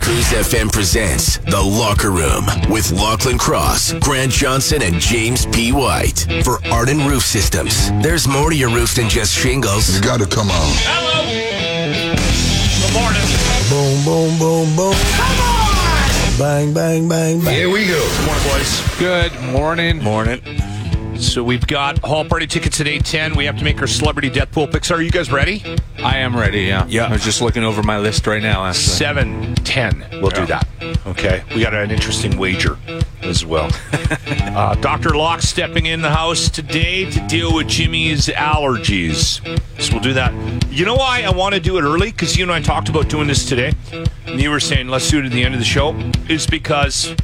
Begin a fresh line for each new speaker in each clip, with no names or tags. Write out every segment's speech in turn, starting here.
Cruise FM presents The Locker Room with Lachlan Cross, Grant Johnson, and James P. White. For Arden Roof Systems, there's more to your roof than just shingles.
You gotta come on.
Hello. Good morning.
Boom, boom, boom, boom. Come on! Bang, bang, bang, bang.
Here we go.
Good morning. Morning. So we've got hall party tickets at 810. We have to make our celebrity death pool picks. Are you guys ready?
I am ready. Yeah.
Yeah.
I was just looking over my list right now. Actually.
710. We'll do that. Okay. We got an interesting wager as well. uh, Dr. Locke stepping in the house today to deal with Jimmy's allergies. So we'll do that. You know why I want to do it early? Because you and I talked about doing this today. And you were saying, let's do it at the end of the show. Is because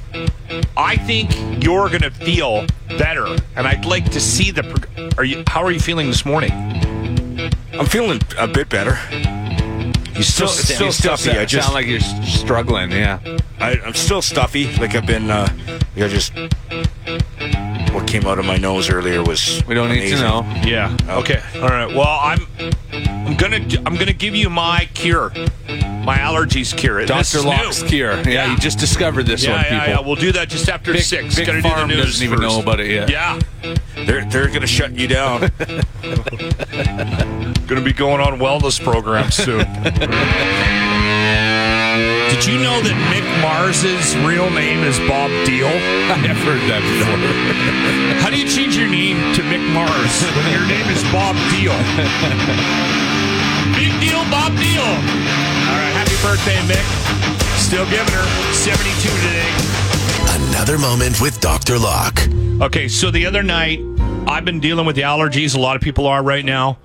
I think you're going to feel better. And I'd like to see the. Pro- are you? How are you feeling this morning?
I'm feeling a bit better.
You still,
still stuffy,
sound,
I just-
sound like you're s- struggling. Yeah.
I, I'm still stuffy. Like I've been, uh, like I just what came out of my nose earlier was.
We don't need to
amazing.
know.
Yeah. Okay. All right. Well, I'm I'm gonna I'm gonna give you my cure, my allergies cure. This
Doctor
is
Locke's
new.
cure. Yeah, You just discovered this
Yeah,
one,
yeah,
people.
yeah. We'll do that just after
Big-
six.
Big
Gotta
Farm
do the news
doesn't even
first.
know about it yet.
Yeah.
They're they're gonna shut you down.
Gonna be going on wellness programs soon. Did you know that Mick Mars's real name is Bob Deal?
I've heard that
How do you change your name to Mick Mars when your name is Bob Deal? Big deal, Bob Deal. All right, happy birthday, Mick. Still giving her 72 today.
Another moment with Dr. Locke.
Okay, so the other night, I've been dealing with the allergies. A lot of people are right now.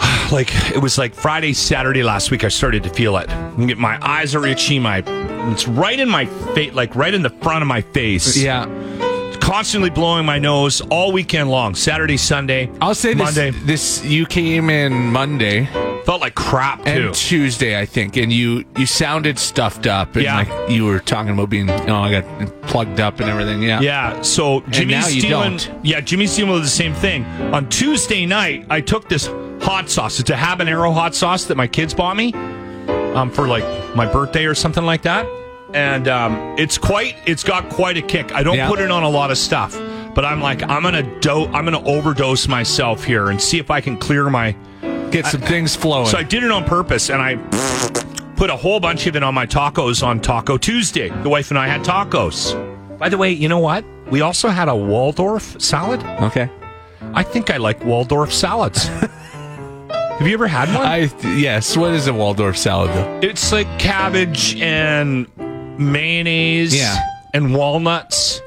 Like it was like Friday, Saturday last week. I started to feel it. And get- My eyes are itchy. My it's right in my face, like right in the front of my face.
before. yeah.
constantly blowing my nose all weekend long. Saturday, Sunday.
I'll say this.
Monday
This you came in Monday
felt like crap too.
and Tuesday, I think, and you you sounded stuffed up. And
Yeah.
Like you were talking about being. Oh, I got plugged up and everything. Yeah.
yeah, so Jimmy's
now you
dealing.
don't.
Yeah, Jimmy's dealing with the same thing. On Tuesday night, I took this hot sauce. It's a habanero hot sauce that my kids bought me, um, for like my birthday or something like that. And um, it's quite. It's got quite a kick. I don't
Yeah.
put it on a lot of stuff, but I'm like, I'm gonna do. I'm gonna overdose myself here and see if I can clear my
Get some things flowing.
So I did it on purpose, and I put a whole bunch of it on my tacos on Taco Tuesday. The wife and I had tacos. By the way, you know what? We also had a Waldorf salad.
okay.
I think I like Waldorf salads. Have you ever had one?
I yes. What is a Waldorf salad though?
it's like cabbage and mayonnaise
Yeah.
and walnuts.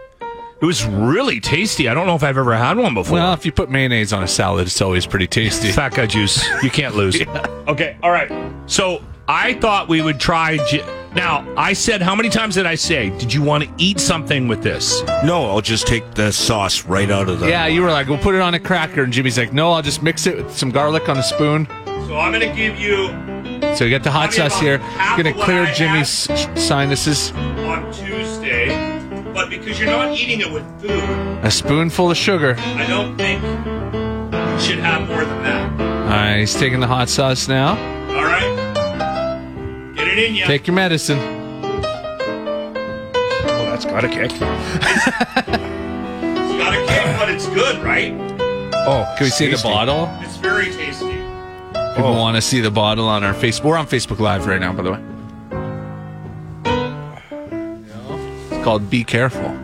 It was really tasty. I don't know if I've ever had one before.
Well, if you put mayonnaise on a salad, it's always pretty tasty.
Fat guy juice. You can't lose. Okay. All right. So I thought we would try. J- now I said, how many times did I say? Did you want to eat something with this?
no, I'll just take the sauce right out of the.
Yeah, you were like, we'll put it on a cracker. And Jimmy's like, no, I'll just mix it with some garlic on a spoon.
So I'm gonna give you
So you got the
I
hot
mean,
sauce here.
half
Gonna
of what
clear
I
Jimmy's sinuses.
on Tuesday, but because you're not eating it with food,
A spoonful of sugar.
I don't think you should have more than that.
All right, he's taking the hot sauce now.
All right. Get it in you.
Take your medicine.
Oh, that's got a kick. it's got a kick, but it's good, right?
Oh, can we see the bottle?
It's very tasty.
People want to see the bottle on our Facebook. We're on Facebook Live right now, by the way. It's called "Be Careful."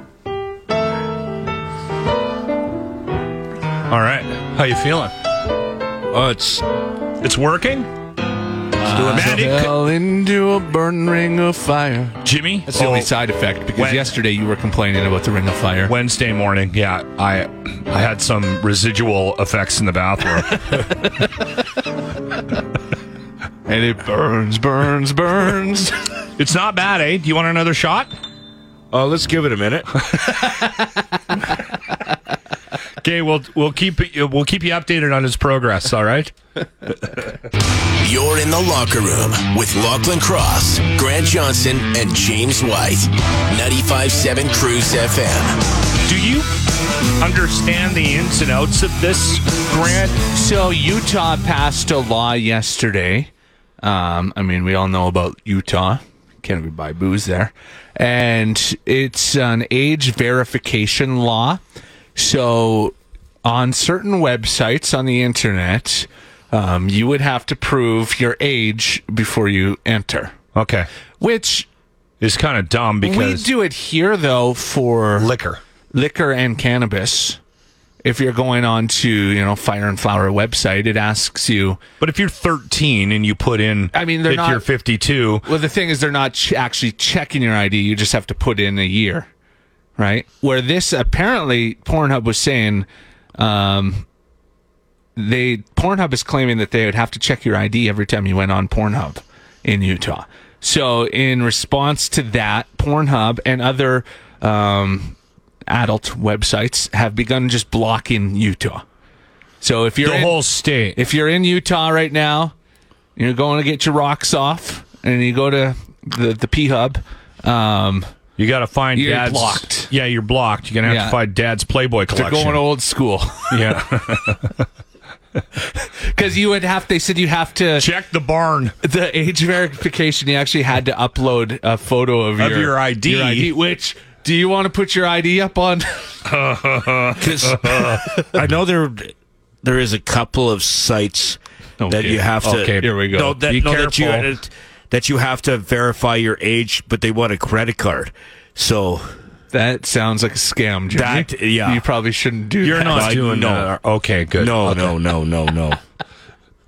All right. How you feeling?
Oh, it's
It's working? Man, it could-
Fell into a burning ring of fire.
Jimmy? Oh.
That's the only side effect because
When-
yesterday you were complaining about the ring of fire.
Wednesday morning, yeah, I I had some residual effects in the bathroom.
And it burns, burns, burns.
it's not bad, eh? Do you want another shot?
oh, let's give it a minute.
Okay, we'll we'll keep it- we'll keep you updated on his progress. All right.
You're in the locker room with Lachlan Cross, Grant Johnson, and James White. 95.7 Cruise FM.
Do you understand the ins and outs of this, Grant?
so Utah passed a law yesterday. Um, I mean, we all know about Utah. Can't even buy booze there. And it's an age verification law. So on certain websites on the internet, um, you would have to prove your age before you enter,
Okay.
which
It's kind of dumb
we
because
do it here though for
liquor.
liquor and cannabis. If you're going on to, you know, Fire and Flower website, it asks you.
But if you're 13 and you put in,
I mean, they're
if
not-
you're 52,
Well, the thing is, they're not ch- actually checking your ID. You just have to put in a year, right? Where this apparently Pornhub was saying, um, they Pornhub is claiming that they would have to check your ID every time you went on Pornhub in Utah. So, in response to that, Pornhub and other um, adult websites have begun just blocking Utah. So, if you're
the
in-
whole state.
if you're in Utah right now, you're going to get your rocks off, and you go to the the P Hub. Um,
You got to find
You're
dad's.
blocked.
Yeah, you're blocked. You're gonna have
Yeah.
to find dad's Playboy
they're
collection.
going old school
yeah,
because you would have. They said you have to
check the barn.
the age verification. You actually had to upload a photo of,
Of
your,
your ID.
which. Do you want to put your ID up on?
I know there there is a couple of sites that
Okay.
you have to.
Okay, here we go.
No, that,
Be
no, that you
careful.
that you have to verify your age, but they want a credit card. So
that sounds like a scam, Jimmy.
That- yeah.
You probably shouldn't do
You're
that.
not
I-
doing
no.
that. Okay, good.
no, no, no, no, no.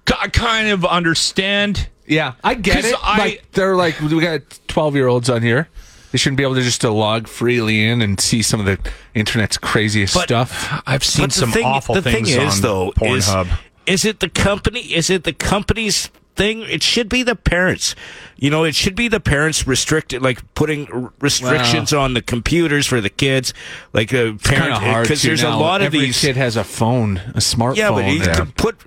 K- I kind of understand.
Yeah, I get
'Cause
it.
I-
like, they're like, we got 12 year olds on here. They shouldn't be able to just to log freely in and see some of the internet's craziest stuff.
I've seen
But the
some
thing,
awful
the
things
thing is,
on
though, is,
Pornhub.
is it the company? Is it the company's thing? It should be the parents. You know, it should be the parents restricted, like putting r- restrictions on the computers for the kids, like the
Kind
parent
of hard
because
too
there's a
now.
lot of
Every
these.
kid has a phone, a smartphone.
yeah, but you
now,
can put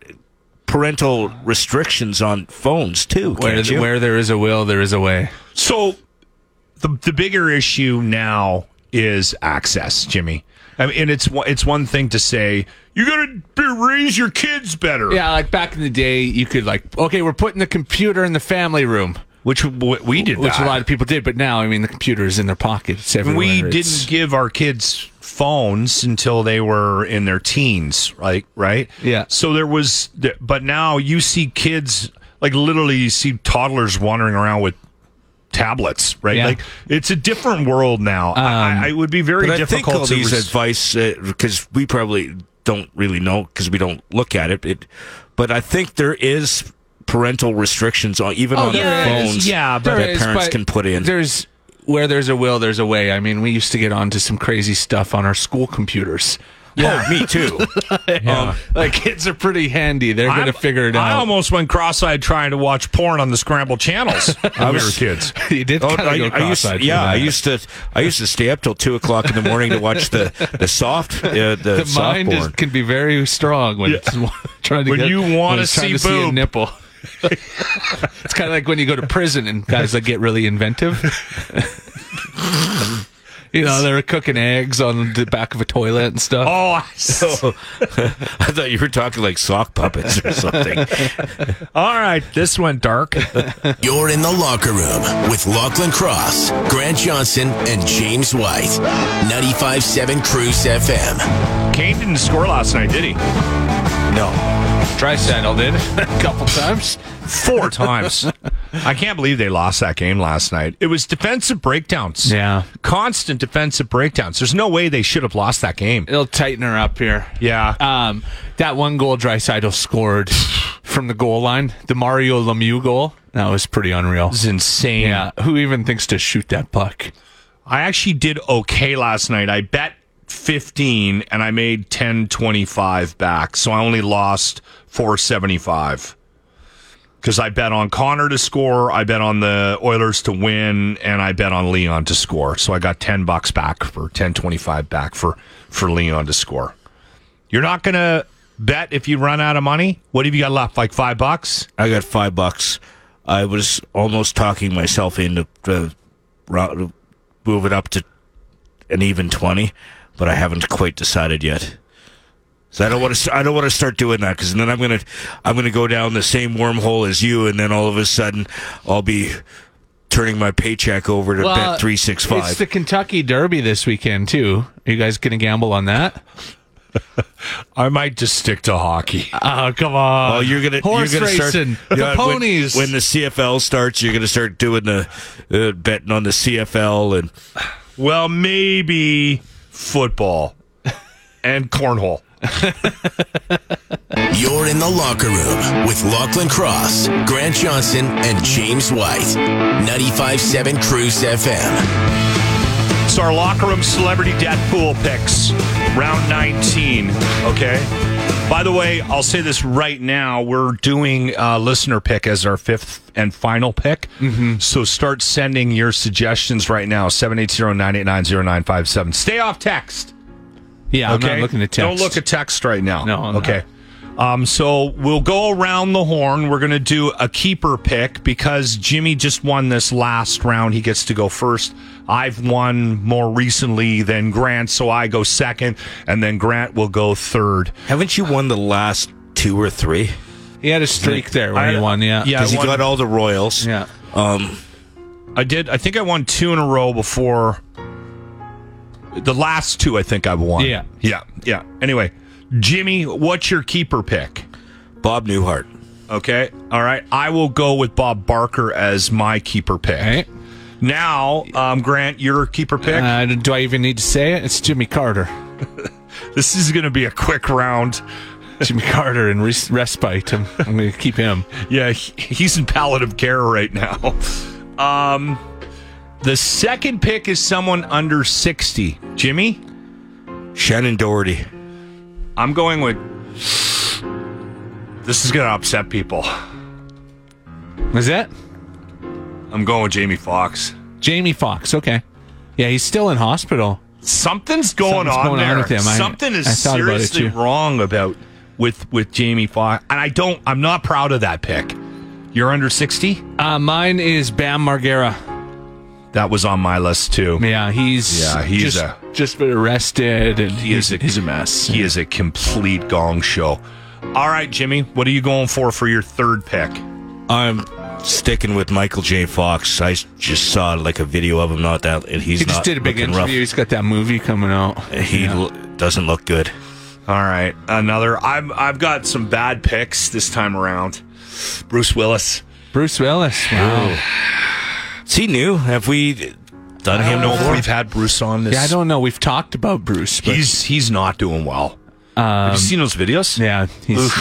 parental restrictions on phones too.
where,
can't you?
where there is a will, there is a way.
So the the bigger issue now is access, Jimmy. I mean, and it's one- it's one thing to say you got to be, raise your kids better,
Yeah, like back in the day, you could like, okay, we're putting the computer in the family room,
which w- we did.
which
that.
a lot of people did. But now, I mean, the computer is in their pocket. It's everywhere.
we
It's-
didn't give our kids phones until they were in their teens, right? Right?
Yeah.
So there was, but now you see kids like literally you see toddlers wandering around with tablets, right?
Yeah.
Like it's a different world now. I, I, it would be very
But I
difficult
think all
to
these
res-
advice because we probably don't really know because we don't look at it. it. But I think there is parental restrictions on even
Oh,
on
there
their
is.
phones.
Yeah, but-
that
There is,
parents
but
can put in.
There's where there's a will, there's a way. I mean, we used to get onto some crazy stuff on our school computers.
Yeah. Oh, me too. um,
Like kids are pretty handy. They're gonna
I'm-
figure it
I
out.
almost went cross-eyed trying to watch porn on the scramble channels when we were kids.
you did
oh,
kind of
I,
go
I used,
cross-eyed. for
yeah, I
that.
used to. I used to stay up till two o'clock in the morning to watch the the soft uh, the,
The
soft
mind is,
porn.
can be very strong when it's trying to
When
get,
you
when
wanna
it's trying
see
to a
boob.
nipple. it's kind of like when you go to prison and guys that get really inventive. you know, they're cooking eggs on the back of a toilet and stuff.
Oh, I see.
I thought you were talking like sock puppets or something.
all right. This went dark.
You're in the locker room with Lachlan Cross, Grant Johnson, and James White. 95.7 Cruise FM.
Kane didn't score last night, did he?
no,
Dry saddle did a couple times.
four times. I can't believe they lost that game last night. It was defensive breakdowns.
Yeah.
Constant defensive breakdowns. There's no way they should have lost that game.
It'll tighten her up here.
Yeah.
Um, that one goal Drysidle scored from the goal line, the Mario Lemieux goal, that was pretty unreal.
It's insane.
Yeah. Who even thinks to shoot that puck?
I actually did okay last night. I bet 15 and I made 1025 back. So I only lost 475. Because I bet on Connor to score, I bet on the Oilers to win, and I bet on Leon to score. So I got ten bucks back for ten twenty five back for for Leon to score. You're not gonna bet if you run out of money. What have you got left? Like five bucks?
I got five bucks. I was almost talking myself into uh, ro- move it up to an even twenty, but I haven't quite decided yet. So I don't want to. I don't want to start doing that because then I'm gonna, I'm gonna go down the same wormhole as you, and then all of a sudden I'll be turning my paycheck over to
Well,
Bet three six five.
It's the Kentucky Derby this weekend too. Are you guys gonna gamble on that?
I might just stick to hockey.
Oh come on!
Oh, you're gonna
horse
you're gonna start-
racing the
Yeah, when-
ponies.
When, the CFL starts, you're gonna start doing the uh, betting on the CFL and
Well, maybe football and cornhole.
You're in the locker room with Lachlan Cross, Grant Johnson, and James White. 95.7 Cruise FM.
It's our locker room celebrity death pool picks, round 19. Okay. By the way, I'll say this right now. We're doing uh, listener pick as our fifth and final pick. So start sending your suggestions right now 780 989 0957. Stay off text.
yeah, I'm
Okay.
not looking at text.
Don't look at text right now.
No, I'm not.
okay. Um, so we'll go around the horn. We're going to do a keeper pick because Jimmy just won this last round. He gets to go first. I've won more recently than Grant, so I go second, and then Grant will go third.
haven't you won the last two or three?
He had a streak there when he won. Yeah,
yeah. I
Because you
won-
got all the Royals.
yeah.
Um,
I did. I think I won two in a row before the last two. I think I've won.
Yeah.
yeah, yeah. Anyway, Jimmy, what's your keeper pick?
Bob Newhart.
Okay. All right. I will go with Bob Barker as my keeper pick.
Right?
Now, um, Grant, your keeper pick.
Uh, do I even need to say it? It's Jimmy Carter.
this is going to be a quick round.
Jimmy Carter and res- respite. I'm, I'm going to keep him.
Yeah, he- he's in palliative care right now. Um, the second pick is someone under 60. Jimmy,
Shannon Doherty.
I'm going with. This is going to upset people.
Is that
I'm going with Jamie Foxx.
Jamie Fox? Okay. Yeah, he's still in hospital.
something's going
Something's
on
going on
there.
with him. I-
Something is
I thought about it,
seriously
too.
wrong about with with Jamie Foxx. And I don't. I'm not proud of that pick. You're under sixty.
Uh, mine is Bam Margera.
That was on my list too.
Yeah, he's
Yeah, he's
just,
a-
just been arrested and he's,
is a-
he's a mess.
He is a complete gong show. All right, Jimmy, what are you going for for your third pick?
I'm sticking with Michael J. Fox. I s- just saw like a video of him not that, and he's
he just
not
did a big
looking
interview. He's got that movie coming out.
Rough. He l- doesn't look good.
All right, another. I'm I've got some bad picks this time around. Bruce Willis.
Bruce Willis. Wow.
Is he new? Have we done
I don't
him
know if
before?
we've had Bruce on this.
Yeah, I don't know. We've talked about Bruce, but
He's he's not doing well.
Um,
Have you seen those videos?
yeah, he's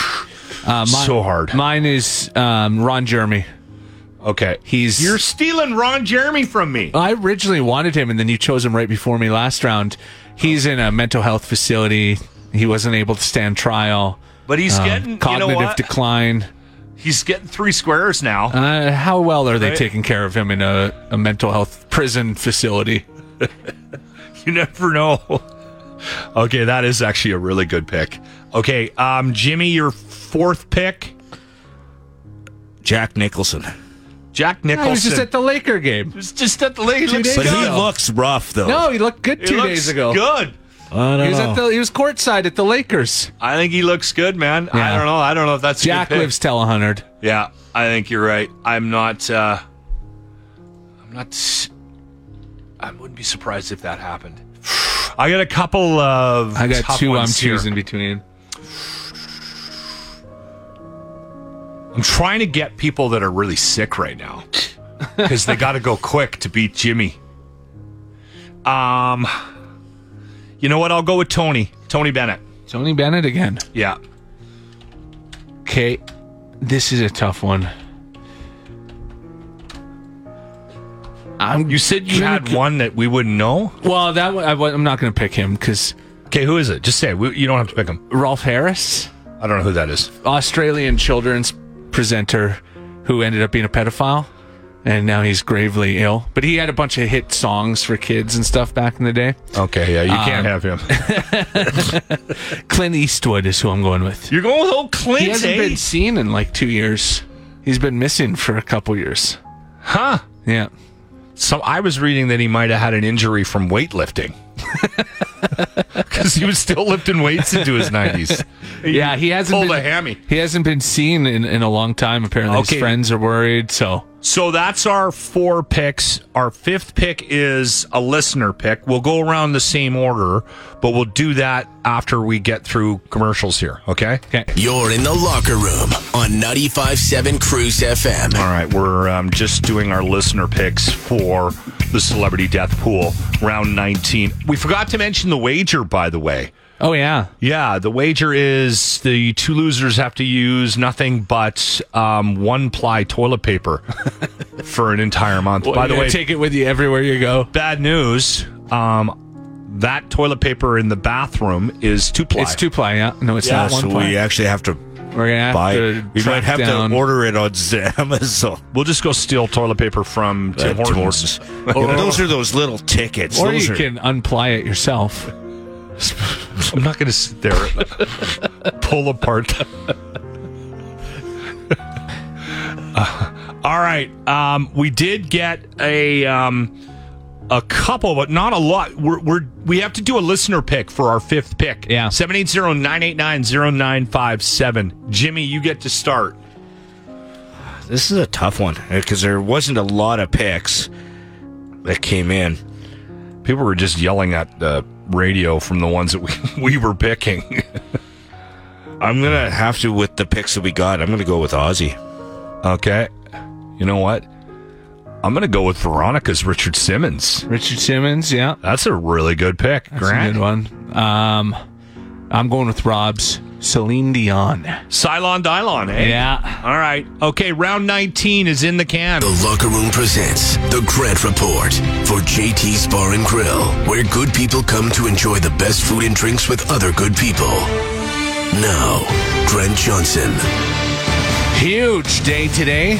uh, mine-
so hard.
Mine is um, Ron Jeremy.
Okay.
He's
You're stealing Ron Jeremy from me.
I originally wanted him, and then you chose him right before me last round. He's in a mental health facility. He wasn't able to stand trial.
But he's
Um,
getting you know
cognitive
what?
decline.
he's getting three squares now.
Uh, how well are they
Right.
taking care of him in a, a mental health prison facility?
you never know. okay, that is actually a really good pick. Okay, um, Jimmy, your fourth pick,
Jack Nicholson.
Jack Nicholson.
I was just at the Laker game.
It's just at the late.
days
But he
ago.
looks rough though.
No, he looked good two
looks
days ago.
Good.
I don't
He was
know.
at the he was courtside at the Lakers.
I think he looks good, man. I
Yeah.
don't know. I don't know if that's a
Jack
good pick.
lives tell hundred.
Yeah, I think you're right. I'm not. Uh, I'm not. s- I wouldn't be surprised if that happened. I got a couple of.
I got
tough
two I'm
ones here.
choosing between.
I'm trying to get people that are really sick right now because they got to go quick to beat Jimmy. Um, you know what? I'll go with Tony. Tony Bennett.
Tony Bennett again.
Yeah.
Okay, this is a tough one. I'm
You said you had one that we wouldn't know.
well. That one- I, wa- I'm not going to pick him because
Okay, who is it? Just say it. We, you don't have to pick him.
Rolf Harris,
I don't know who that is.
Australian children's presenter, who ended up being a pedophile, and now he's gravely ill. But he had a bunch of hit songs for kids and stuff back in the day.
Okay, yeah, you
Um,
can't have him.
Clint Eastwood is who I'm going with.
You're going with old Clint,
He hasn't
eh?
been seen in like two years. He's been missing for a couple years.
huh?
Yeah.
So I was reading that he might have had an injury from weightlifting because he was still lifting weights into his 90s.
Yeah, he hasn't
pulled
been,
a hammy.
He hasn't been seen in, in a long time. Apparently,
Okay.
his friends are worried. So
So that's our four picks. Our fifth pick is a listener pick. We'll go around the same order, but we'll do that after we get through commercials here. Okay.
Okay.
You're in the locker room on 95.7 Cruise FM.
All right, we're um, just doing our listener picks for the celebrity death pool round 19. We forgot to mention the wager, by the way.
Oh yeah.
Yeah, the wager is the two losers have to use nothing but um, one ply toilet paper for an entire month. by the
You
way,
take it with you everywhere you go.
bad news. Um, that toilet paper in the bathroom is two ply.
It's two ply. Yeah. No, it's
Yeah,
not one
so
ply.
we actually have to
We're gonna have
buy.
to.
We
track
might have
down-
to order it on Z- Amazon.
we'll just go steal toilet paper from Tim
Uh, Tim
Hortons.
Hortons. Oh, those are those little tickets.
Or
those
you
are,
can unply it yourself.
I'm not going to sit there and pull apart. Uh, all right, um, we did get a um, a couple, but not a lot. We're, we're we have to do a listener pick for our fifth pick.
Yeah.
780-989-0957. Jimmy, you get to start.
This is a tough one because there wasn't a lot of picks that came in.
People were just yelling at the radio from the ones that we, we were picking.
I'm
Mm.
gonna have to with the picks that we got. I'm gonna go with Ozzy.
okay, you know what? I'm going to go with Veronica's Richard Simmons.
Richard Simmons. Yeah.
That's a really good pick,
That's a
Grant.
good one. Um, I'm going with Rob's Celine Dion.
Cylon Dylon, eh?
Yeah.
All right. Okay, round 19 is in the can.
The Locker Room presents The Grant Report for JT's Bar and Grill, where good people come to enjoy the best food and drinks with other good people. Now, Grant Johnson.
Huge day today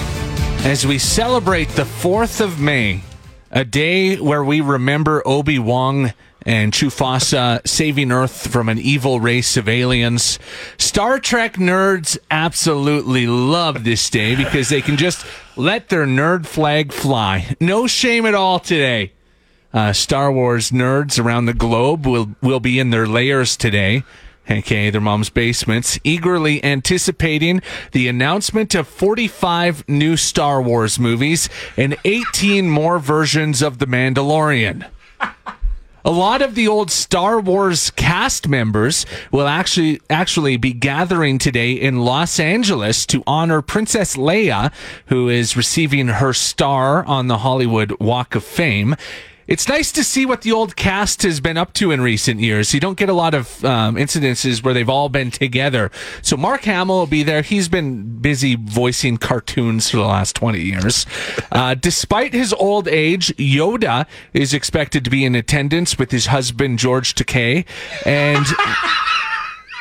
as we celebrate the 4th of May, a day where we remember Obi Wan and Chufasa saving Earth from an evil race of aliens. Star Trek nerds absolutely love this day because they can just let their nerd flag fly. No shame at all today. Uh, Star Wars nerds around the globe will will be in their lairs today, aka their mom's basements, eagerly anticipating the announcement of 45 new Star Wars movies and 18 more versions of The Mandalorian. A lot of the old Star Wars cast members will actually actually be gathering today in Los Angeles to honor Princess Leia, who is receiving her star on the Hollywood Walk of Fame. It's nice to see what the old cast has been up to in recent years. You don't get a lot of um, incidences where they've all been together. So Mark Hamill will be there. He's been busy voicing cartoons for the last 20 years. Uh, despite his old age, Yoda is expected to be in attendance with his husband, George Takei. And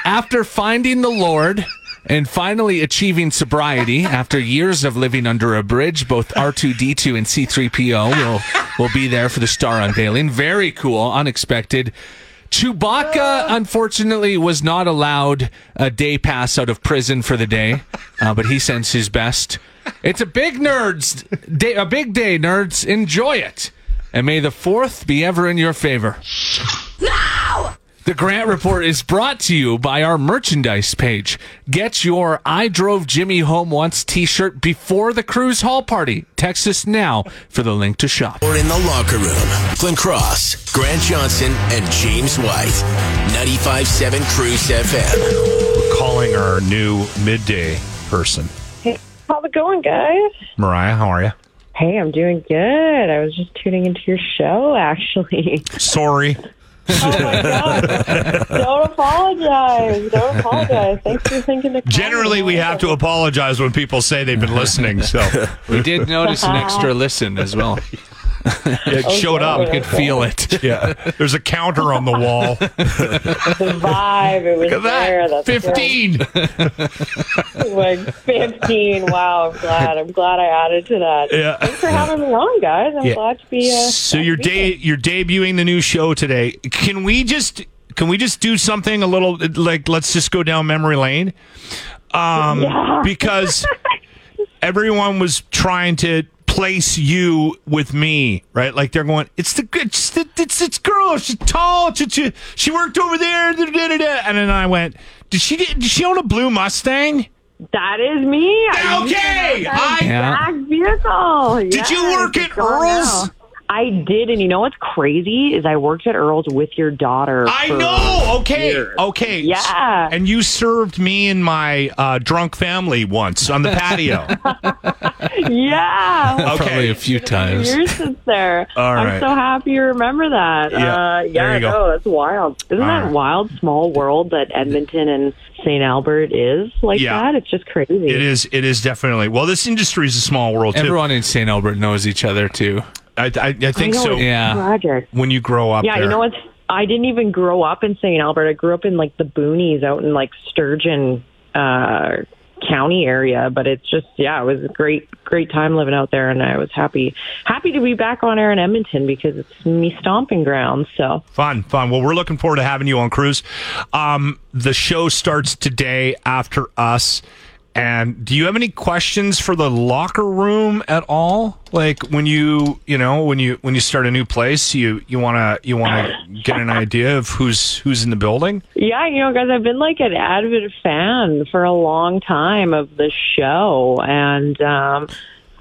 after finding the Lord and finally achieving sobriety after years of living under a bridge, both R2D2 and C3PO will will be there for the star unveiling. Very cool, unexpected. Chewbacca, unfortunately, was not allowed a day pass out of prison for the day, uh, but he sends his best. It's a big nerds day, a big day, nerds. Enjoy it, and may the fourth be ever in your favor. The Grant Report is brought to you by our merchandise page. Get your I Drove Jimmy Home Once t shirt before the cruise hall party. Text us now for the link to shop.
We're in the locker room. Clint Cross, Grant Johnson, and James White. 95.7 Cruise FM.
We're calling our new midday person.
How's it going, guys?
Mariah, how are you?
Hey, I'm doing good. I was just tuning into your show, actually.
Sorry.
Oh my god! Don't apologize. Don't apologize. Thanks for thinking to. call
Generally,
me.
we have to apologize when people say they've been listening, so
We did notice an extra listen as well.
it showed up.
Could feel it.
Yeah. There's a counter on the wall.
The vibe. It was
Look at
there.
that.
That's
15.
Right. Like fifteen. Wow. I'm glad. I'm glad I added to that.
Yeah.
Thanks for having me on, guys. I'm
Yeah.
glad to be. Uh,
So
glad
you're
to be
de-
here.
you're debuting the new show today. Can we just can we just do something a little like let's just go down memory lane? Um because everyone was trying to place you with me, right? Like they're going, it's the good, it's the, it's this girl, she's tall, she, she, she worked over there, da, da, da, da." and then I went, did she get- did she own a blue Mustang?
That is me. I used
Okay,
to have that
I-
exact vehicle.
Did you work at
it's gone
Earl's?
now. I did, and you know what's crazy is I worked at Earl's with your daughter.
I
for-
know. Okay. Okay.
Yeah.
And you served me and my uh, drunk family once on the patio.
Yeah.
Probably
okay.
a few times.
Years since there.
All right.
I'm so happy you remember that.
Yeah,
uh,
there
yeah
you go.
no, that's wild. Isn't that
right.
wild? Small world that Edmonton and St. Albert is like
Yeah.
that. It's just crazy.
It is. It is definitely. Well, this industry is a small world too.
Everyone in St. Albert knows each other too.
I, I, I
I
think
know,
so.
it's
Yeah.
tragic.
When you grow up,
Yeah,
there.
you know what? I didn't even grow up in St. Albert. I grew up in like the boonies out in like Sturgeon uh, County area. But it's just, yeah, it was a great, great time living out there, and I was happy, happy to be back on air in Edmonton because it's me stomping ground. So
Fun, fun. Well, we're looking forward to having you on cruise. Um, the show starts today after us. And do you have any questions for the locker room at all? Like when you, you know, when you when you start a new place, you you wanna you wanna get an idea of who's who's in the building.
yeah, you know, guys, I've been like an avid fan for a long time of the show, and um,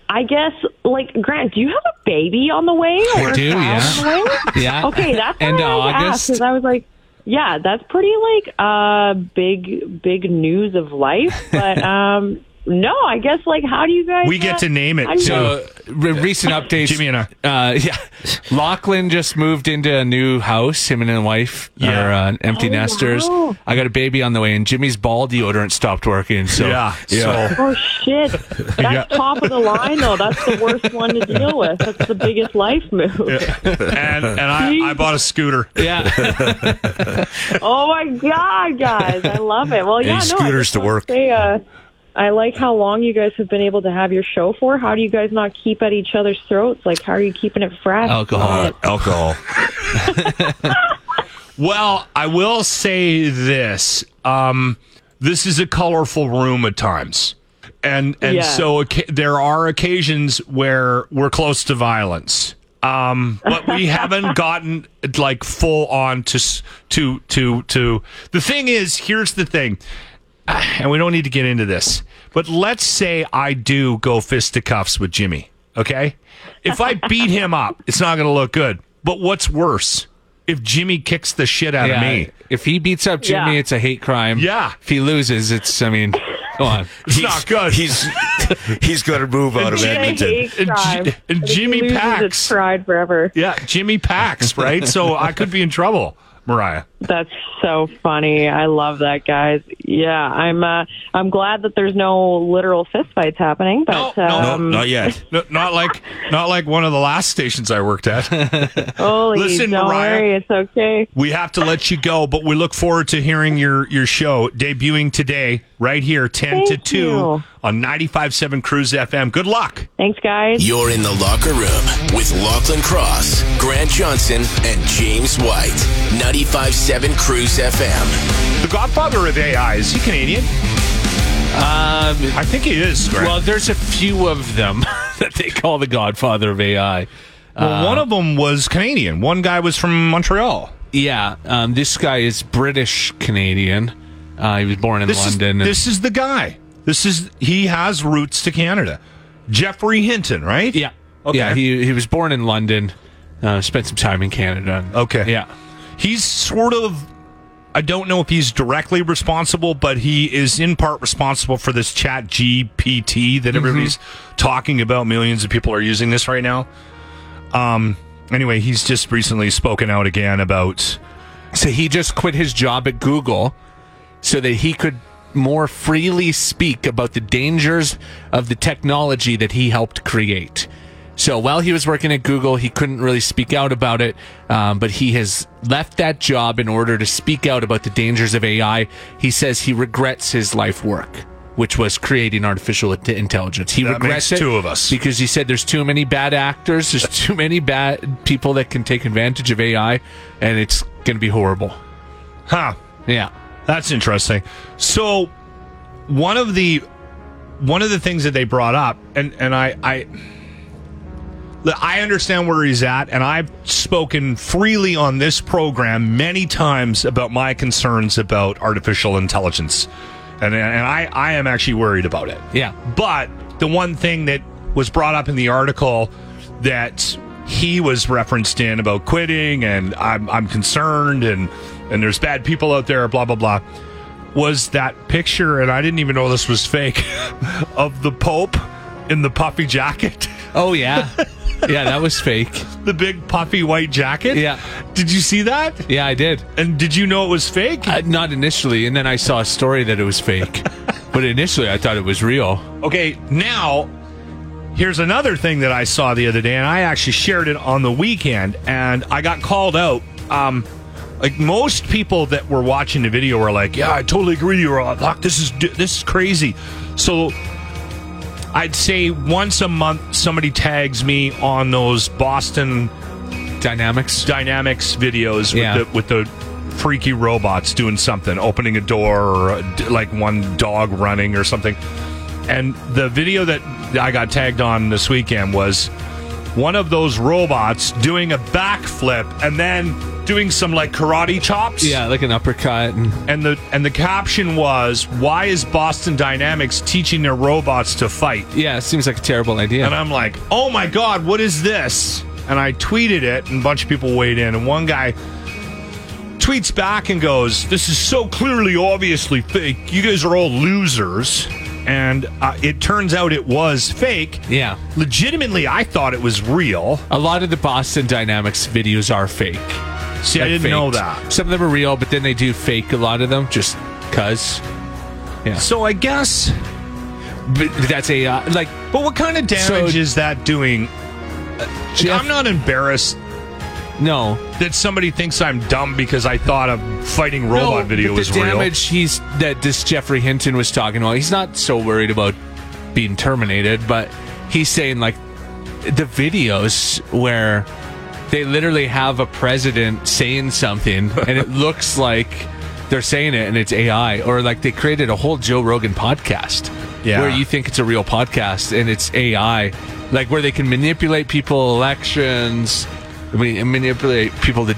I guess like Grant, do you have a baby on the way? Or
I do,
child
yeah.
on the way?
Yeah.
Okay, that's
End
what
of
I was
August.
because I was like, yeah, that's pretty like uh big big news of life. But um no, I guess like how do you guys?
We get to name it.
I know.
So
So re- recent updates.
Jimmy and I.
Uh, yeah, Lachlan just moved into a new house. Him and his wife
Yeah.
are uh, empty nesters.
wow.
I got a baby on the way, and Jimmy's ball deodorant stopped working. So
yeah, So
Oh shit! That's top of the line, though. That's the worst one to deal with. That's the biggest life move.
and and I, I bought a scooter.
yeah.
Oh my god, guys, I love it. Well, yeah, no, I
scooters
just
to
wanna
work.
Say, uh, I like how long you guys have been able to have your show for. How do you guys not keep at each other's throats? Like, how are you keeping it fresh?
Uh,
Alcohol.
Alcohol.
Well, I will say this. Um, this is a colorful room at times. And and
Yeah.
so oca- there are occasions where we're close to violence. Um, but we haven't gotten like full on to s- to to to The thing is, here's the thing. And we don't need to get into this. But let's say I do go fisticuffs with Jimmy, okay? If I beat him up, it's not going to look good. But what's worse? If Jimmy kicks the shit out
Yeah.
of me.
If he beats up Jimmy,
Yeah.
it's a hate crime.
Yeah.
If he loses, it's. I mean, go on.
It's not good.
He's he's got to move out of
It's a
Edmonton.
hate
And Ji-
crime.
and
If he
Jimmy
loses,
Pax.
It's pride forever.
Yeah, Jimmy Pax, right? so I could be in trouble, Mariah.
That's so funny. I love that, guys. Yeah, I'm. Uh, I'm glad that there's no literal fistfights happening. But
No, no,
No,
um,
not yet.
No, not like not like one of the last stations I worked at.
holy,
Listen,
don't
Mariah.
worry, it's okay.
We have to let you go, but we look forward to hearing your your show debuting today right here 10 to
Thank
2
you.
on 95.7 Cruise FM. Good luck.
Thanks, guys.
You're in the locker room with Lachlan Cross, Grant Johnson, and James White. 95.7 Cruise FM.
The godfather of AI is he Canadian?
Um,
I think he is. Grant.
well, there's a few of them that they call the Godfather of AI.
Well, one of them was Canadian. One guy was from Montreal.
Yeah. Um, this guy is British Canadian. Uh, he was born in
This
London.
is this is the guy. This is he has roots to Canada. Jeffrey Hinton, right?
Yeah.
Okay.
Yeah, he he was born in London, uh, spent some time in Canada. and-
Okay.
Yeah.
He's sort of I don't know if he's directly responsible, but he is in part responsible for this chat GPT
Mm-hmm.
that everybody's talking about. Millions of people are using this right now. Um anyway, he's just recently spoken out again about
So he just quit his job at Google so that he could more freely speak about the dangers of the technology that he helped create. So while he was working at Google, he couldn't really speak out about it, um, but he has left that job in order to speak out about the dangers of AI. He says he regrets his life work, which was creating artificial int- intelligence. He
That
regrets
makes
it
two of us.
because he said there's too many bad actors, there's too many bad people that can take advantage of AI, and it's going to be horrible.
huh.
Yeah.
That's interesting. So one of the one of the things that they brought up, and and I I Look, I understand where he's at, and I've spoken freely on this program many times about my concerns about artificial intelligence and and I I am actually worried about it.
Yeah.
But the one thing that was brought up in the article that he was referenced in about quitting and I'm I'm concerned and and there's bad people out there blah blah blah was that picture and I didn't even know this was fake of the pope in the puffy jacket
Oh yeah, yeah, that was fake.
the big puffy white jacket
Yeah.
did you see that
Yeah, I did.
and did you know it was fake
Uh, not initially, and then I saw a story that it was fake. but initially, I thought it was real.
Okay, now here's another thing that I saw the other day, and I actually shared it on the weekend, and I got called out. Um, like most people that were watching the video were like, "Yeah, I totally agree. You're all like, this is this is crazy." So I'd say once a month somebody tags me on those Boston
Dynamics.
dynamics videos
Yeah.
with the with the freaky robots doing something, opening a door or uh, d like one dog running or something. And the video that I got tagged on this weekend was one of those robots doing a backflip and then doing some like karate chops.
Yeah, like an uppercut. And
And the and the caption was, "Why is Boston Dynamics teaching their robots to fight?"
yeah, it seems like a terrible
And
idea.
I'm like, oh my God, what is this? And I tweeted it, and a bunch of people weighed in. And one guy tweets back and goes, This is so clearly, obviously fake. You guys are all losers. And uh, it turns out it was fake.
Yeah,
Legitimately, I thought it was real.
a lot of the Boston Dynamics videos are fake.
See, I
Like,
didn't know
faked.
that.
Some of them are real, but then they do fake a lot of them just cause.
So I guess,
But that's a uh, like.
but what kind of damage
So-
is that doing?
Jeff,
I'm not embarrassed
no
that somebody thinks I'm dumb because I thought a fighting robot
No,
video
but
was
the
real.
damage he's that this Jeffrey Hinton was talking about. He's not so worried about being terminated, but he's saying like the videos where they literally have a president saying something and it looks like they're saying it and it's AI or like they created a whole Joe Rogan podcast
Yeah.
where you think it's a real podcast and it's AI like where they can manipulate people elections I mean manipulate people to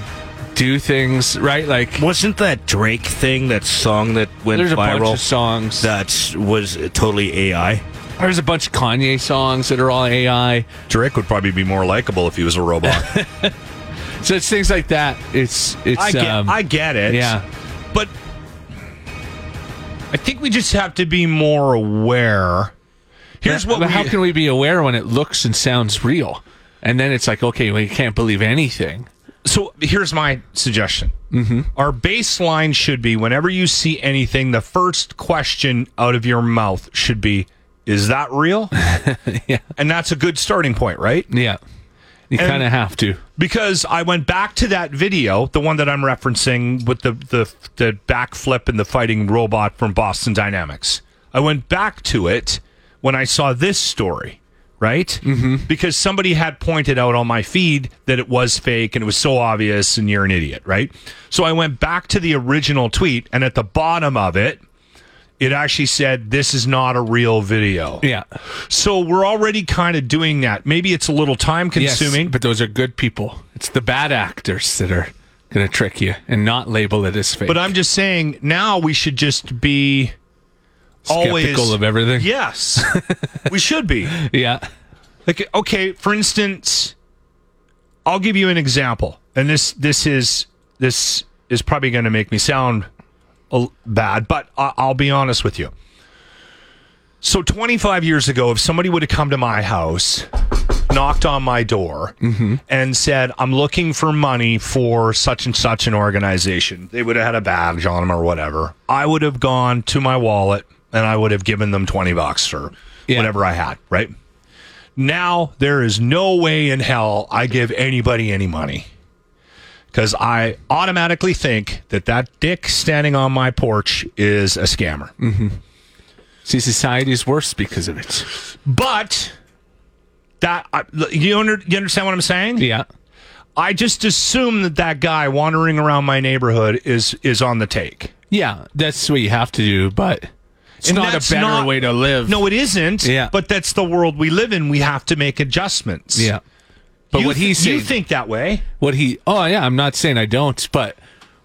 do things right like
Wasn't that Drake thing that song that went
there's a
viral?
bunch of songs.
that was totally AI.
There's a bunch of Kanye songs that are all AI.
Drake would probably be more likable if he was a robot.
So it's things like that. It's it's
I get,
um,
I get it.
yeah.
but I think we just have to be more aware. Here's what
But
we,
how can we be aware when it looks and sounds real? And then it's like, okay, we can't believe anything.
so here's my suggestion.
Mm-hmm.
Our baseline should be whenever you see anything, the first question out of your mouth should be, "Is that real?"
Yeah.
and that's a good starting point, right?
Yeah. You
And-
kind of have to.
because I went back to that video, the one that I'm referencing with the the the backflip and the fighting robot from Boston Dynamics. I went back to it when I saw this story, right? Mm-hmm. Because somebody had pointed out on my feed that it was fake and it was so obvious, and you're an idiot, right? So I went back to the original tweet, and at the bottom of it, it actually said, "This is not a real video."
Yeah.
So we're already kind of doing that. Maybe it's a little time
Yes.
consuming,
But those are good people. It's the bad actors that are going to trick you and not label it as fake.
But I'm just saying now we should just be
skeptical
always
of everything.
Yes. we should be.
Yeah.
Like okay, for instance, I'll give you an example. And this this is this is probably going to make me sound a- bad, but I- I'll be honest with you. So 25 years ago, if somebody would have come to my house, knocked on my door, and said, I'm looking for money for such and such an organization, they would have had a badge on them or whatever. I would have gone to my wallet and I would have given them 20 bucks or
Yeah.
whatever I had, right? Now, there is no way in hell I give anybody any money because I automatically think that that dick standing on my porch is a scammer.
See, society is worse because of it.
But that I- you under, you understand what I'm saying?
Yeah.
I just assume that that guy wandering around my neighborhood is is on the take.
Yeah. That's what you have to do. But it's
And
not a
that's
better
not-
way to live.
No, it isn't.
Yeah.
But that's the world we live in. We have to make adjustments.
Yeah. But
You
what
th-
he's
you
saying,
think that way?
what he, oh yeah, I'm not saying I don't, but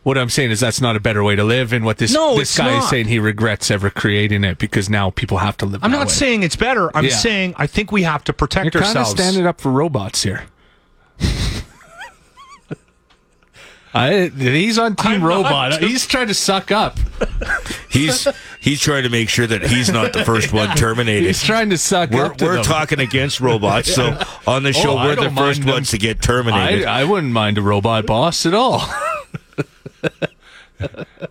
What I'm saying is that's not a better way to live, and what this
No,
this
it's
guy is
not.
saying he regrets ever creating it because now people have to live.
I'm
that
not
way.
saying it's better. I'm
Yeah.
saying I think we have to protect
you're kind of
ourselves.
standing up for robots here. I, he's on Team
I'm not
Robot.
too-
He's trying to suck up.
He's he's trying to make sure that he's not the first one terminated.
He's trying to suck
We're,
up. To
we're
them.
talking against robots, so on the show
Oh, I
we're the
don't
first
mind them.
ones to get
I,
terminated.
I wouldn't mind a robot boss at all.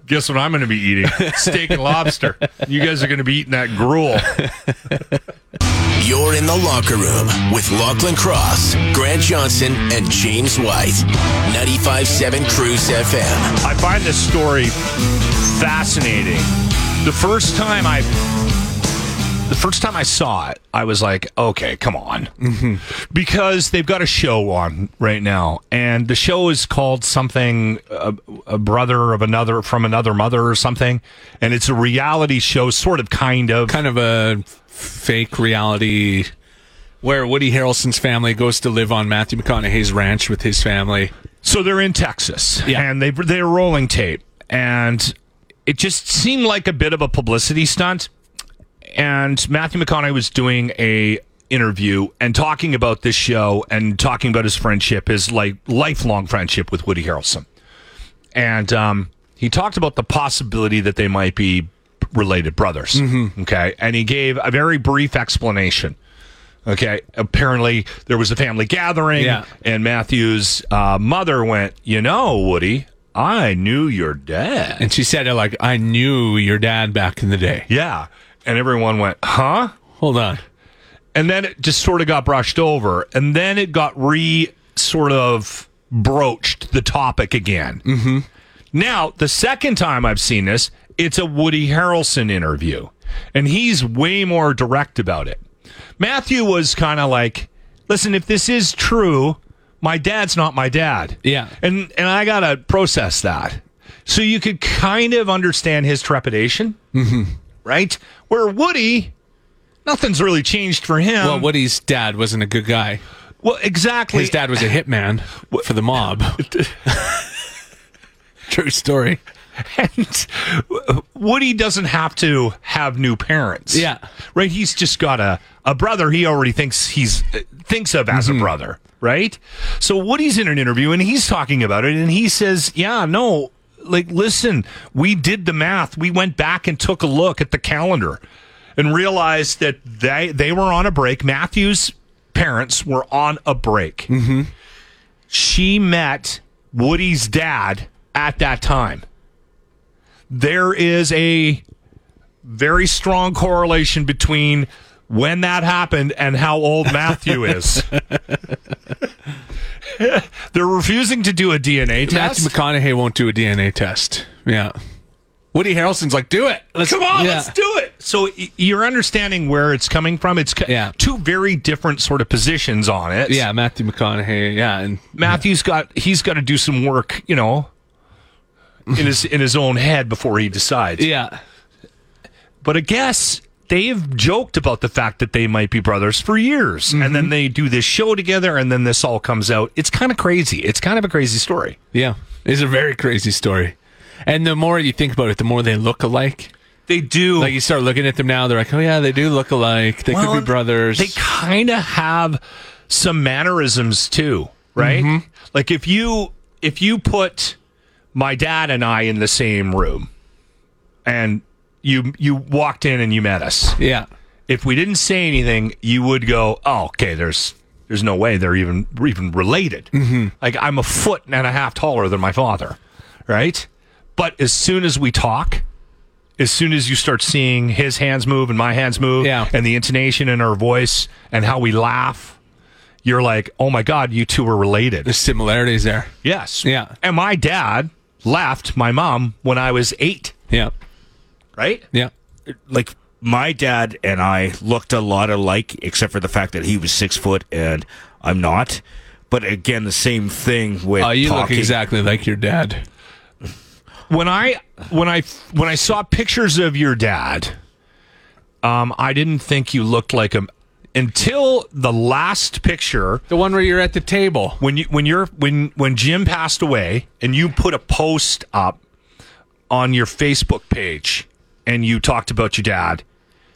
Guess what I'm going to be eating? Steak and lobster. You guys are going to be eating that gruel.
You're in the locker room with Lachlan Cross, Grant Johnson, and James White. 95.7 Cruise FM.
I find this story fascinating. The first time I the first time I saw it, I was like, okay, come on. Because they've got a show on right now, and the show is called something a, a brother of another from another mother or something, and it's a reality show sort of kind of
kind of a fake reality where Woody Harrelson's family goes to live on Matthew McConaughey's ranch with his family.
So they're in Texas,
Yeah.
and they they're rolling tape, and it just seemed like a bit of a publicity stunt. And Matthew McConaughey was doing a interview and talking about this show and talking about his friendship, his like lifelong friendship with Woody Harrelson, and um, he talked about the possibility that they might be related brothers.
Mm-hmm.
Okay, and he gave a very brief explanation. Okay. Apparently, there was a family gathering,
Yeah.
and Matthew's uh, mother went, You know, Woody, I knew your dad.
And she said it like, I knew your dad back in the day.
Yeah. And everyone went, Huh?
Hold on.
And then it just sort of got brushed over. And then it got re sort of broached the topic again. Mm-hmm. Now, the second time I've seen this, it's a Woody Harrelson interview, and he's way more direct about it. Matthew was kind of like, listen, if this is true, my dad's not my dad.
Yeah.
And and I got to process that. So you could kind of understand his trepidation. Mhm. Right? Where Woody nothing's really changed for him.
Well, Woody's dad wasn't a good guy.
Well, exactly.
His dad was a hitman for the mob. True story.
and Woody doesn't have to have new parents.
Yeah.
Right? He's just got a, a brother he already thinks he's thinks of as a brother, right? So Woody's in an interview and he's talking about it and he says, "Yeah, no, like listen, we did the math. We went back and took a look at the calendar and realized that they they were on a break. Matthew's parents were on a break. Mhm. She met Woody's dad at that time there is a very strong correlation between when that happened and how old Matthew is. They're refusing to do a DNA
Matthew
test.
McConaughey won't do a DNA test. Yeah. Woody Harrelson's like, do it. Let's,
Come on,
Yeah.
let's do it. So y- you're understanding where it's coming from. It's co-
Yeah.
two very different sort of positions on it.
Yeah, Matthew McConaughey. Yeah, and
Matthew's got he's got to do some work, you know, in his in his own head before he decides.
yeah.
But I guess they've joked about the fact that they might be brothers for years. And then they do this show together and then this all comes out. It's kind of crazy. It's kind of a crazy story.
Yeah. It's a very crazy story. And the more you think about it, the more they look alike.
They do.
Like you start looking at them now, they're like, oh yeah, they do look alike. They could be brothers.
They kind of have some mannerisms too, right? Like if you if you put my dad and I in the same room and you you walked in and you met us.
yeah.
if we didn't say anything, you would go, "Oh, okay, there's there's no way they're even we're even related." Mm-hmm. Like I'm a foot and a half taller than my father, right? But as soon as we talk, as soon as you start seeing his hands move and my hands move,
Yeah.
and the intonation in our voice and how we laugh, you're like, "Oh my God, you two are related."
There's similarities there.
yes,
Yeah.
And my dad left my mom when I was eight,
Yeah.
right?
Yeah.
like my dad and I looked a lot alike, except for the fact that he was six foot and I'm not. But again, the same thing with
Oh, you look
talking.
exactly like your dad.
when I when I when I saw pictures of your dad, um, I didn't think you looked like a until the last picture
The one where you're at the table.
when you when you're when when Jim passed away and you put a post up on your Facebook page and you talked about your dad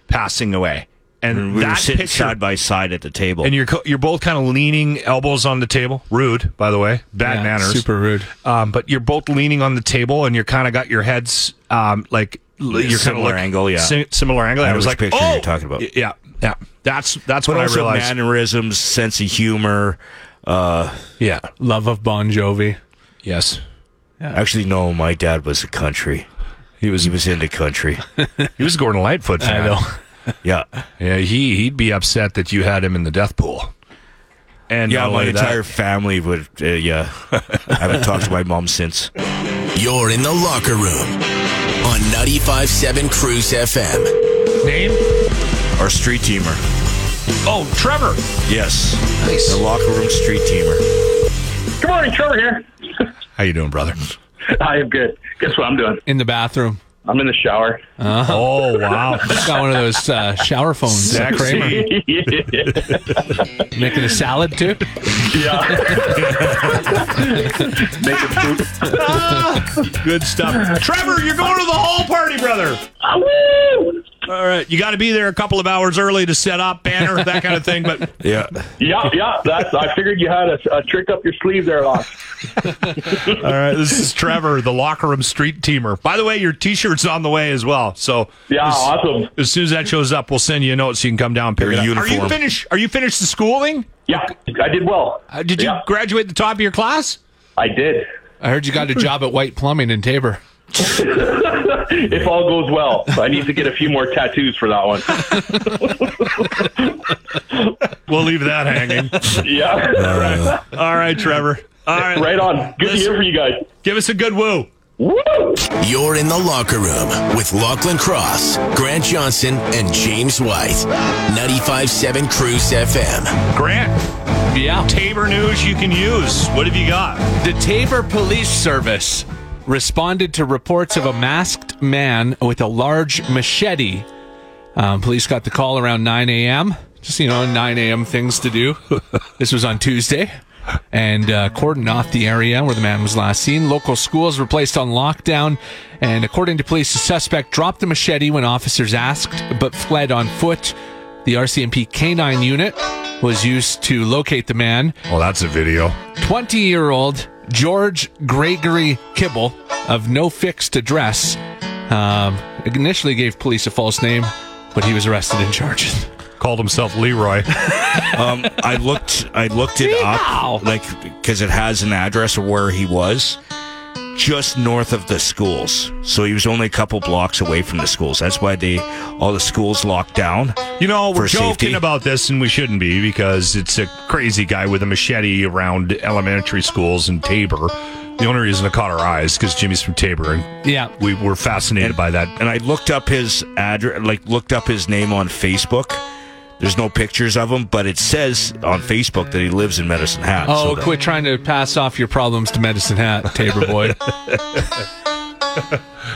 passing away and,
Mm, we
that
were sitting
picture
side by side at the table.
and you're co- you're both kind of leaning elbows on the table rude by the way bad
Yeah,
manners
Super rude.
um, but you're both leaning on the table and you're kind of got your heads um, like l- you're kinda
similar
look-
angle, yeah.
si- similar angle. I,
know
was
which
like,
picture
oh,
you're talking about.
Y- yeah, yeah. That's that's
but
when I
also
realized,
mannerisms, sense of humor.
yeah,
Love of Bon Jovi.
yes,
Actually, no, my dad was a country. He was he was into country.
he was a Gordon Lightfoot fan.
yeah,
Yeah, he he'd be upset that you had him in the death pool. And
yeah.
not
My
only that-
entire family would. Uh, yeah, I haven't talked to my mom since.
You're in the locker room on 95.7 Cruise FM.
name.
Our street teamer.
Oh, Trevor.
Yes, nice. The locker room street teamer.
Good morning, Trevor here.
How you doing, brother?
I am good. Guess what I'm doing?
In the bathroom.
I'm in the shower.
Oh wow,
Just got one of those uh, shower phones. like Kramer.
sexy.
yeah.
Making a salad too.
Make a poop.
Good stuff. Trevor, you're going to the hall party, brother.
Ah, woo!
All right, you got to be there a couple of hours early to set up banner, that kind of thing. But
Yeah,
Yeah, yeah. That's. I figured you had a, a trick up your sleeve there, Locke.
all right, this is Trevor, the locker room street teamer. By the way, your T-shirt's on the way as well. So
Yeah,
as,
awesome.
as soon as that shows up, we'll send you a note so you can come down and pick
Your
it up. Are you
uniform.
finished? Are you finished the schooling?
Yeah, I did well.
Uh, did you
Yeah.
graduate the top of your class?
I did.
I heard you got a job at White Plumbing in Tabor.
If all goes well, I need to get a few more tattoos for that one.
We'll leave that hanging.
Yeah.
All right, Trevor. All right,
Right on. Good to hear from you guys.
give us a good woo.
Woo!
You're in the locker room with Lachlan Cross, Grant Johnson, and James White. 95.7 Cruise FM.
Grant,
Yeah.
Tabor news you can use. What have you got?
The Tabor Police Service responded to reports of a masked man with a large machete. Um, police got the call around 9 a.m. Just, you know, 9 a.m. things to do. this was on Tuesday. And uh, cordoned off the area where the man was last seen. Local schools were placed on lockdown. And according to police, the suspect dropped the machete when officers asked, but fled on foot. The RCMP K9 unit was used to locate the man.
Well, that's a video.
20 year old George Gregory Kibble of No Fixed Address um, initially gave police a false name, but he was arrested and charged.
Called himself Leroy.
um, I looked. I looked it
Wow.
up, like because it has an address of where he was, just north of the schools. So he was only a couple blocks away from the schools. That's why they all the schools locked down.
You know, we're
For
joking
safety.
about this, and we shouldn't be because it's a crazy guy with a machete around elementary schools in Tabor. The only reason it caught our eyes because Jimmy's from Tabor, and
Yeah.
we were fascinated by that.
And I looked up his address, like looked up his name on Facebook. There's no pictures of him, but it says on Facebook that he lives in Medicine Hat.
Oh,
that-
quit trying to pass off your problems to Medicine Hat, Tabor boy.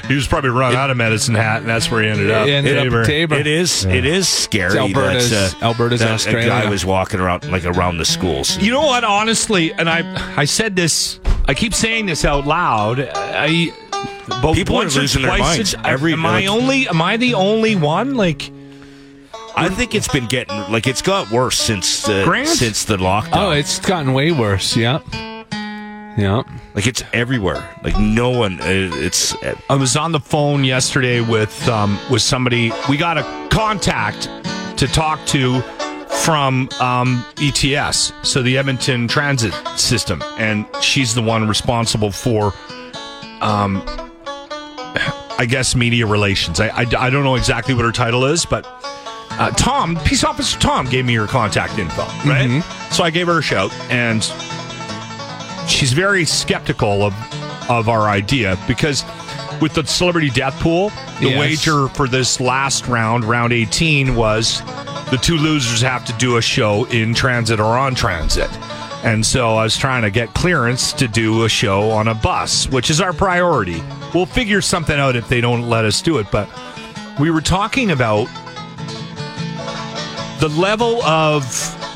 He was probably run out of medicine hat, and that's where he ended up.
He ended up in Tabor.
It is. It is scary.
It's Alberta's-
that, uh,
Alberta's
that
Australia.
A guy was walking around like around the schools.
You know what? Honestly, and I I said this. I keep saying this out loud. I but
People are
once or
losing their
twice
minds.
it's-
Every-
am I
like-
only? Am I the only one? Like
I think it's been getting like it's got worse since the
Grant?
since the lockdown.
Oh, it's gotten way worse. Yeah. Yeah.
like it's everywhere. Like no one. uh, It's uh,
I was on the phone yesterday with um, with somebody. We got a contact to talk to from um, ETS, so the Edmonton Transit System, and she's the one responsible for, um, I guess, media relations. I, I, I don't know exactly what her title is, but uh, Tom, Peace Officer Tom, gave me your contact info, right? So I gave her a shout, and she's very skeptical of of our idea because with the celebrity death pool, the
Yes.
wager for this last round, round 18, was the two losers have to do a show in transit or on transit. And so I was trying to get clearance to do a show on a bus, which is our priority. We'll figure something out if they don't let us do it, but we were talking about the level of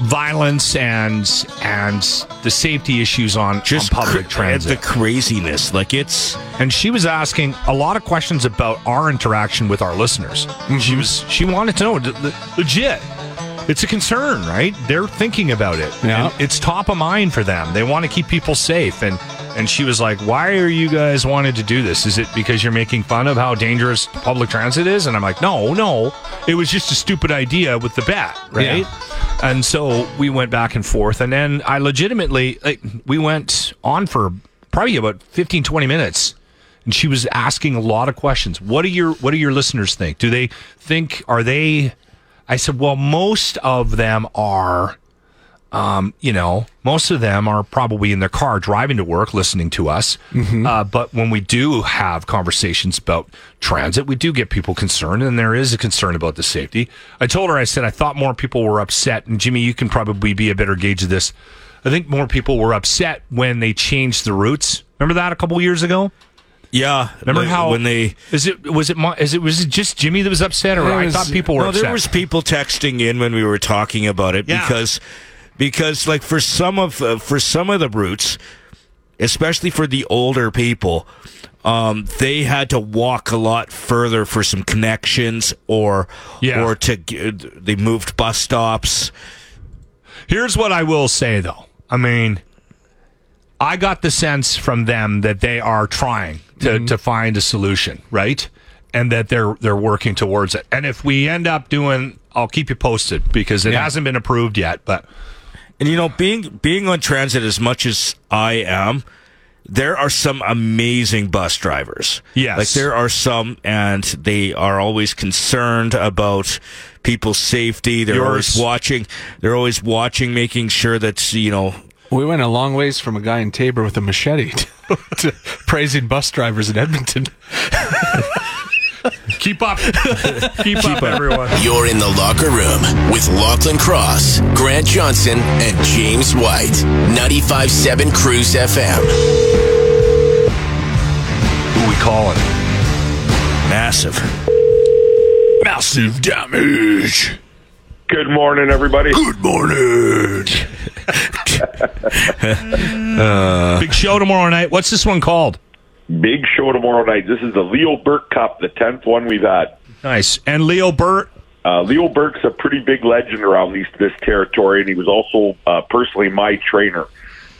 violence and and the safety issues on,
Just
on public
cr-
transit.
The craziness, like it's
and she was asking a lot of questions about our interaction with our listeners.
Mm-hmm.
She was she wanted to know d- le- legit. It's a concern, right? They're thinking about it.
Yeah.
And it's top of mind for them. They want to keep people safe and and she was like, "Why are you guys wanting to do this? Is it because you're making fun of how dangerous public transit is?" And I'm like, "No, no. It was just a stupid idea with the bat, right?" And so we went back and forth and then I legitimately like, we went on for probably about 15 20 minutes and she was asking a lot of questions. What do your What do your listeners think? Do they think are they? I said, well, most of them are. Um, you know, most of them are probably in their car driving to work, listening to us.
Mm-hmm.
Uh, but when we do have conversations about transit, we do get people concerned, and there is a concern about the safety. I told her, I said, I thought more people were upset, and Jimmy, you can probably be a better gauge of this. I think more people were upset when they changed the routes. Remember that a couple years ago?
yeah.
Remember
like,
how
when they
is it was it my, is it was it just Jimmy that was upset, or
It
I
was-
thought people were
no,
upset.
there was people texting in when we were talking about it
Yeah.
because because like for some of uh, for some of the routes, especially for the older people, um, they had to walk a lot further for some connections or
Yeah.
or to g- they moved bus stops.
Here's what I will say though. I mean, I got the sense from them that they are trying to, to find a solution, right? And that they're they're working towards it. And if we end up doing, I'll keep you posted because it hasn't been approved yet. But
And you know, being being on transit as much as I am, there are some amazing bus drivers.
Yes.
like there are some, and they are always concerned about people's safety. They're
Yours.
always watching. They're always watching, making sure that you know.
We went a long ways from a guy in Tabor with a machete to, to praising bus drivers in Edmonton.
keep up, keep up, everyone.
You're in the locker room with Lachlan Cross, Grant Johnson, and James White. 95.7 Cruise FM.
Who we calling?
Massive.
Massive damage.
Good morning, everybody.
Good morning.
Big show tomorrow night. What's this one called?
Big show tomorrow night. This is the Leo Burke Cup, the tenth one we've had.
Nice. And Leo Burt.
Uh, Leo Burke's a pretty big legend around these, this territory, and he was also uh, personally my trainer.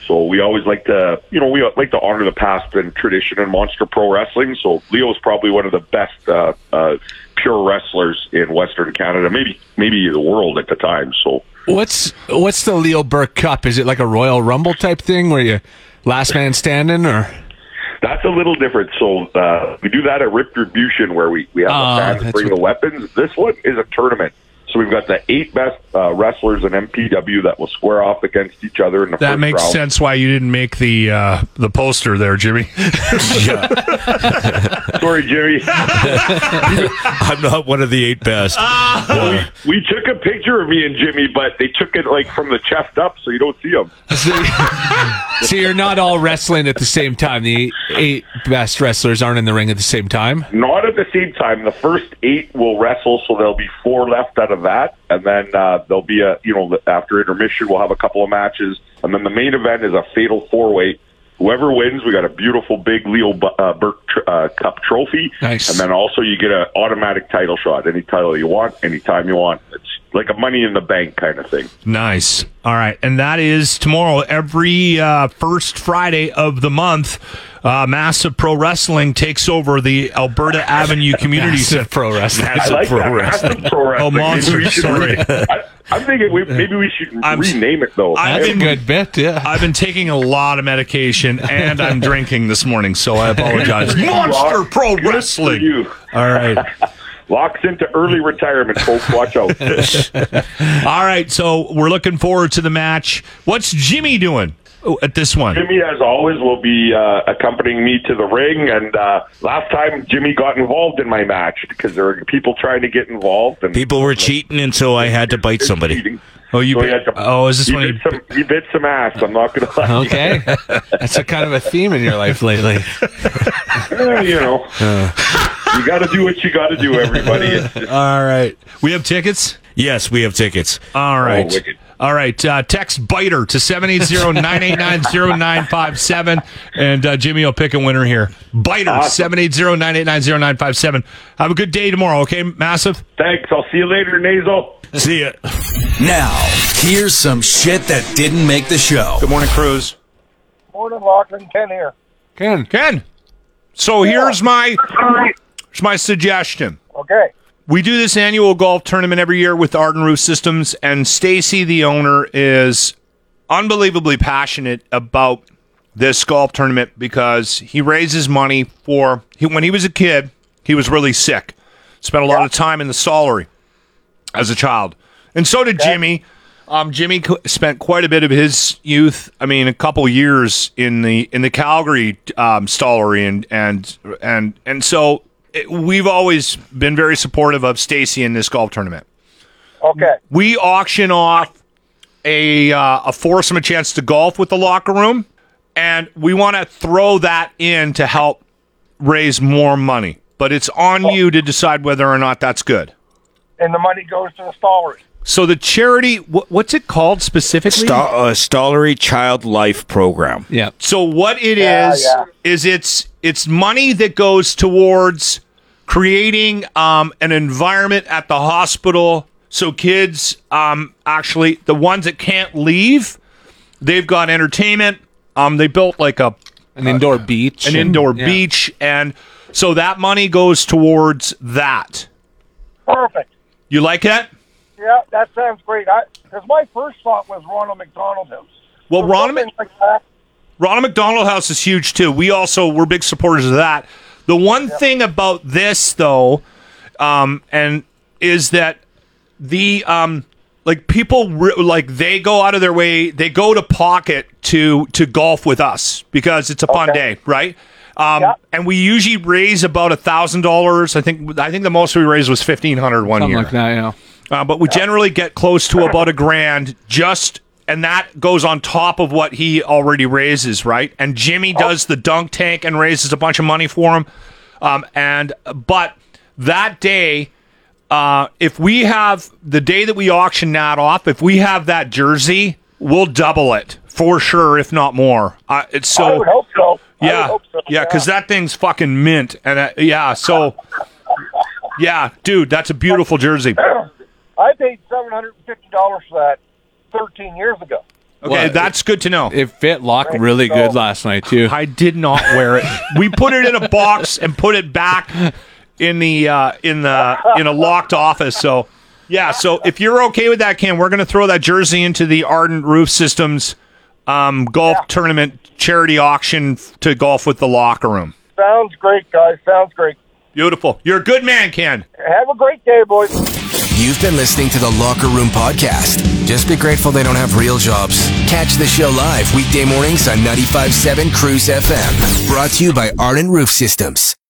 So we always like to, you know, we like to honor the past and tradition in Monster Pro Wrestling. So Leo's probably one of the best uh, uh, pure wrestlers in Western Canada, maybe maybe the world at the time. So
What's what's the Leo Burke Cup? Is it like a Royal Rumble type thing where you last man standing or
That's a little different. So uh, we do that at Retribution, where we we have
Ah,
the fans
that's
bring
what-
the weapons. This one is a tournament. So we've got the eight best uh, wrestlers in MPW that will square off against each other in the
That
first
makes
round.
sense why you didn't make the uh, the poster there, Jimmy.
Sorry, Jimmy.
I'm not one of the eight best.
we took a picture of me and Jimmy, but they took it like from the chest up, so you don't see them.
so you're not all wrestling at the same time. The eight best wrestlers aren't in the ring at the same time.
Not at the same time. The first eight will wrestle, so there'll be four left out of that, and then uh, there'll be a you know after intermission we'll have a couple of matches, and then the main event is a fatal four way. Whoever wins, we got a beautiful big Leo Bu- uh, Burke tr- uh, Cup trophy,
Nice.
and then also you get an automatic title shot, any title you want, anytime you want. It's like a money in the bank kind of thing.
Nice. All right. And that is tomorrow, every uh, first Friday of the month. Uh, Massive Pro Wrestling takes over the Alberta Avenue Community
Massive
Center.
pro wrestling.
I like that. Wrestling. Pro wrestling. Maybe
Oh, monster,
we should
sorry.
re- I, I'm thinking we, maybe we should
I'm s-
rename it though.
I've
That's a
been-
good bit. Yeah.
I've been taking a lot of medication and I'm drinking this morning, so I apologize. Monster
Rock,
Pro
good for
Wrestling.
you.
All right.
Locks into early retirement, folks. Watch out.
All right. So we're looking forward to the match. What's Jimmy doing oh, at this one?
Jimmy, as always, will be uh, accompanying me to the ring. And uh, last time, Jimmy got involved in my match because there were people trying to get involved. And
People were cheating, and so I had to bite somebody.
Oh, you.
So he
Bit,
had to-
oh, is this
he
when
bit
he?
some, he bit some ass? I'm not going to lie.
Okay. That's a kind of a theme in your life lately.
Uh.
Eh, you know, You got to do what you got to do, everybody. It's just,
All right. We have tickets?
Yes, we have tickets.
All right.
wicked.
All right. Uh, text Biter to 780-989-0957. And uh, Jimmy will pick a winner here. Biter, 780-989-0957. Have a good day tomorrow, okay, Massive?
thanks. I'll see you later, Nasal.
See ya.
Now, here's some shit that didn't make the show.
Good morning, Cruz.
Morning, Lachlan. Ken here.
Ken,
Ken. So here's my here's my suggestion.
Okay.
We do this annual golf tournament every year with Arden Roof Systems, and Stacy, the owner, is unbelievably passionate about this golf tournament because he raises money for he, when he was a kid, he was really sick. Spent a lot of time in the solary as a child, and so did Jimmy. Um, Jimmy co- spent quite a bit of his youth. I mean, a couple years in the in the Calgary um, stallery, and and and and so it, we've always been very supportive of Stacy in this golf tournament.
Okay.
We auction off a uh, a foursome a chance to golf with the locker room, and we want to throw that in to help raise more money. But it's on you to decide whether or not that's good.
And the money goes to the stallers.
So the charity, wh- what's it called specifically?
Sta- uh, Stollery Child Life Program.
yeah,
So what it is
Yeah, yeah.
is it's it's money that goes towards creating um, an environment at the hospital so kids um, actually the ones that can't leave they've got entertainment um, they built like a
an indoor beach,
an
and-
indoor
yeah.
beach and so that money goes towards that
Perfect.
you like that
Yeah, that sounds great. Because my first thought was Ronald McDonald House.
well
Or
Ron,
something like that.
Ronald McDonald House is huge too. We also we're big supporters of that. The one thing about this though, um, and is that the um, like people re- like they go out of their way, they go to pocket to to golf with us because it's a fun
Okay.
day, right? Um,
Yeah.
And we usually raise about a thousand dollars. I think I think the most we raised was fifteen hundred one
something
year.
like that. You know.
Uh, but we generally get close to about a grand just and that goes on top of what he already raises right and jimmy
Oh.
does the dunk tank and raises a bunch of money for him um, and but that day uh, if we have the day that we auction that off if we have that jersey we'll double it for sure if not more uh, it's so
I would hope so. I would
yeah,
hope so,
yeah, because that thing's fucking mint, and uh, yeah, so yeah, dude, that's a beautiful jersey.
I paid seven hundred and fifty dollars for that thirteen years ago.
Okay, that's good to know.
It fit Locke really good last night too.
I did not wear it. we put it in a box and put it back in the uh, in the in a locked office. So yeah, so if you're okay with that, Ken, we're gonna throw that jersey into the Ardent Roof Systems um, golf tournament charity auction f- to golf with the locker room.
Sounds great, guys. Sounds great.
Beautiful. You're a good man, Ken.
Have a great day, boys.
You've been listening to the Locker Room Podcast. Just be grateful they don't have real jobs. Catch the show live weekday mornings on 95.7 Cruise FM. Brought to you by Ardent Roof Systems.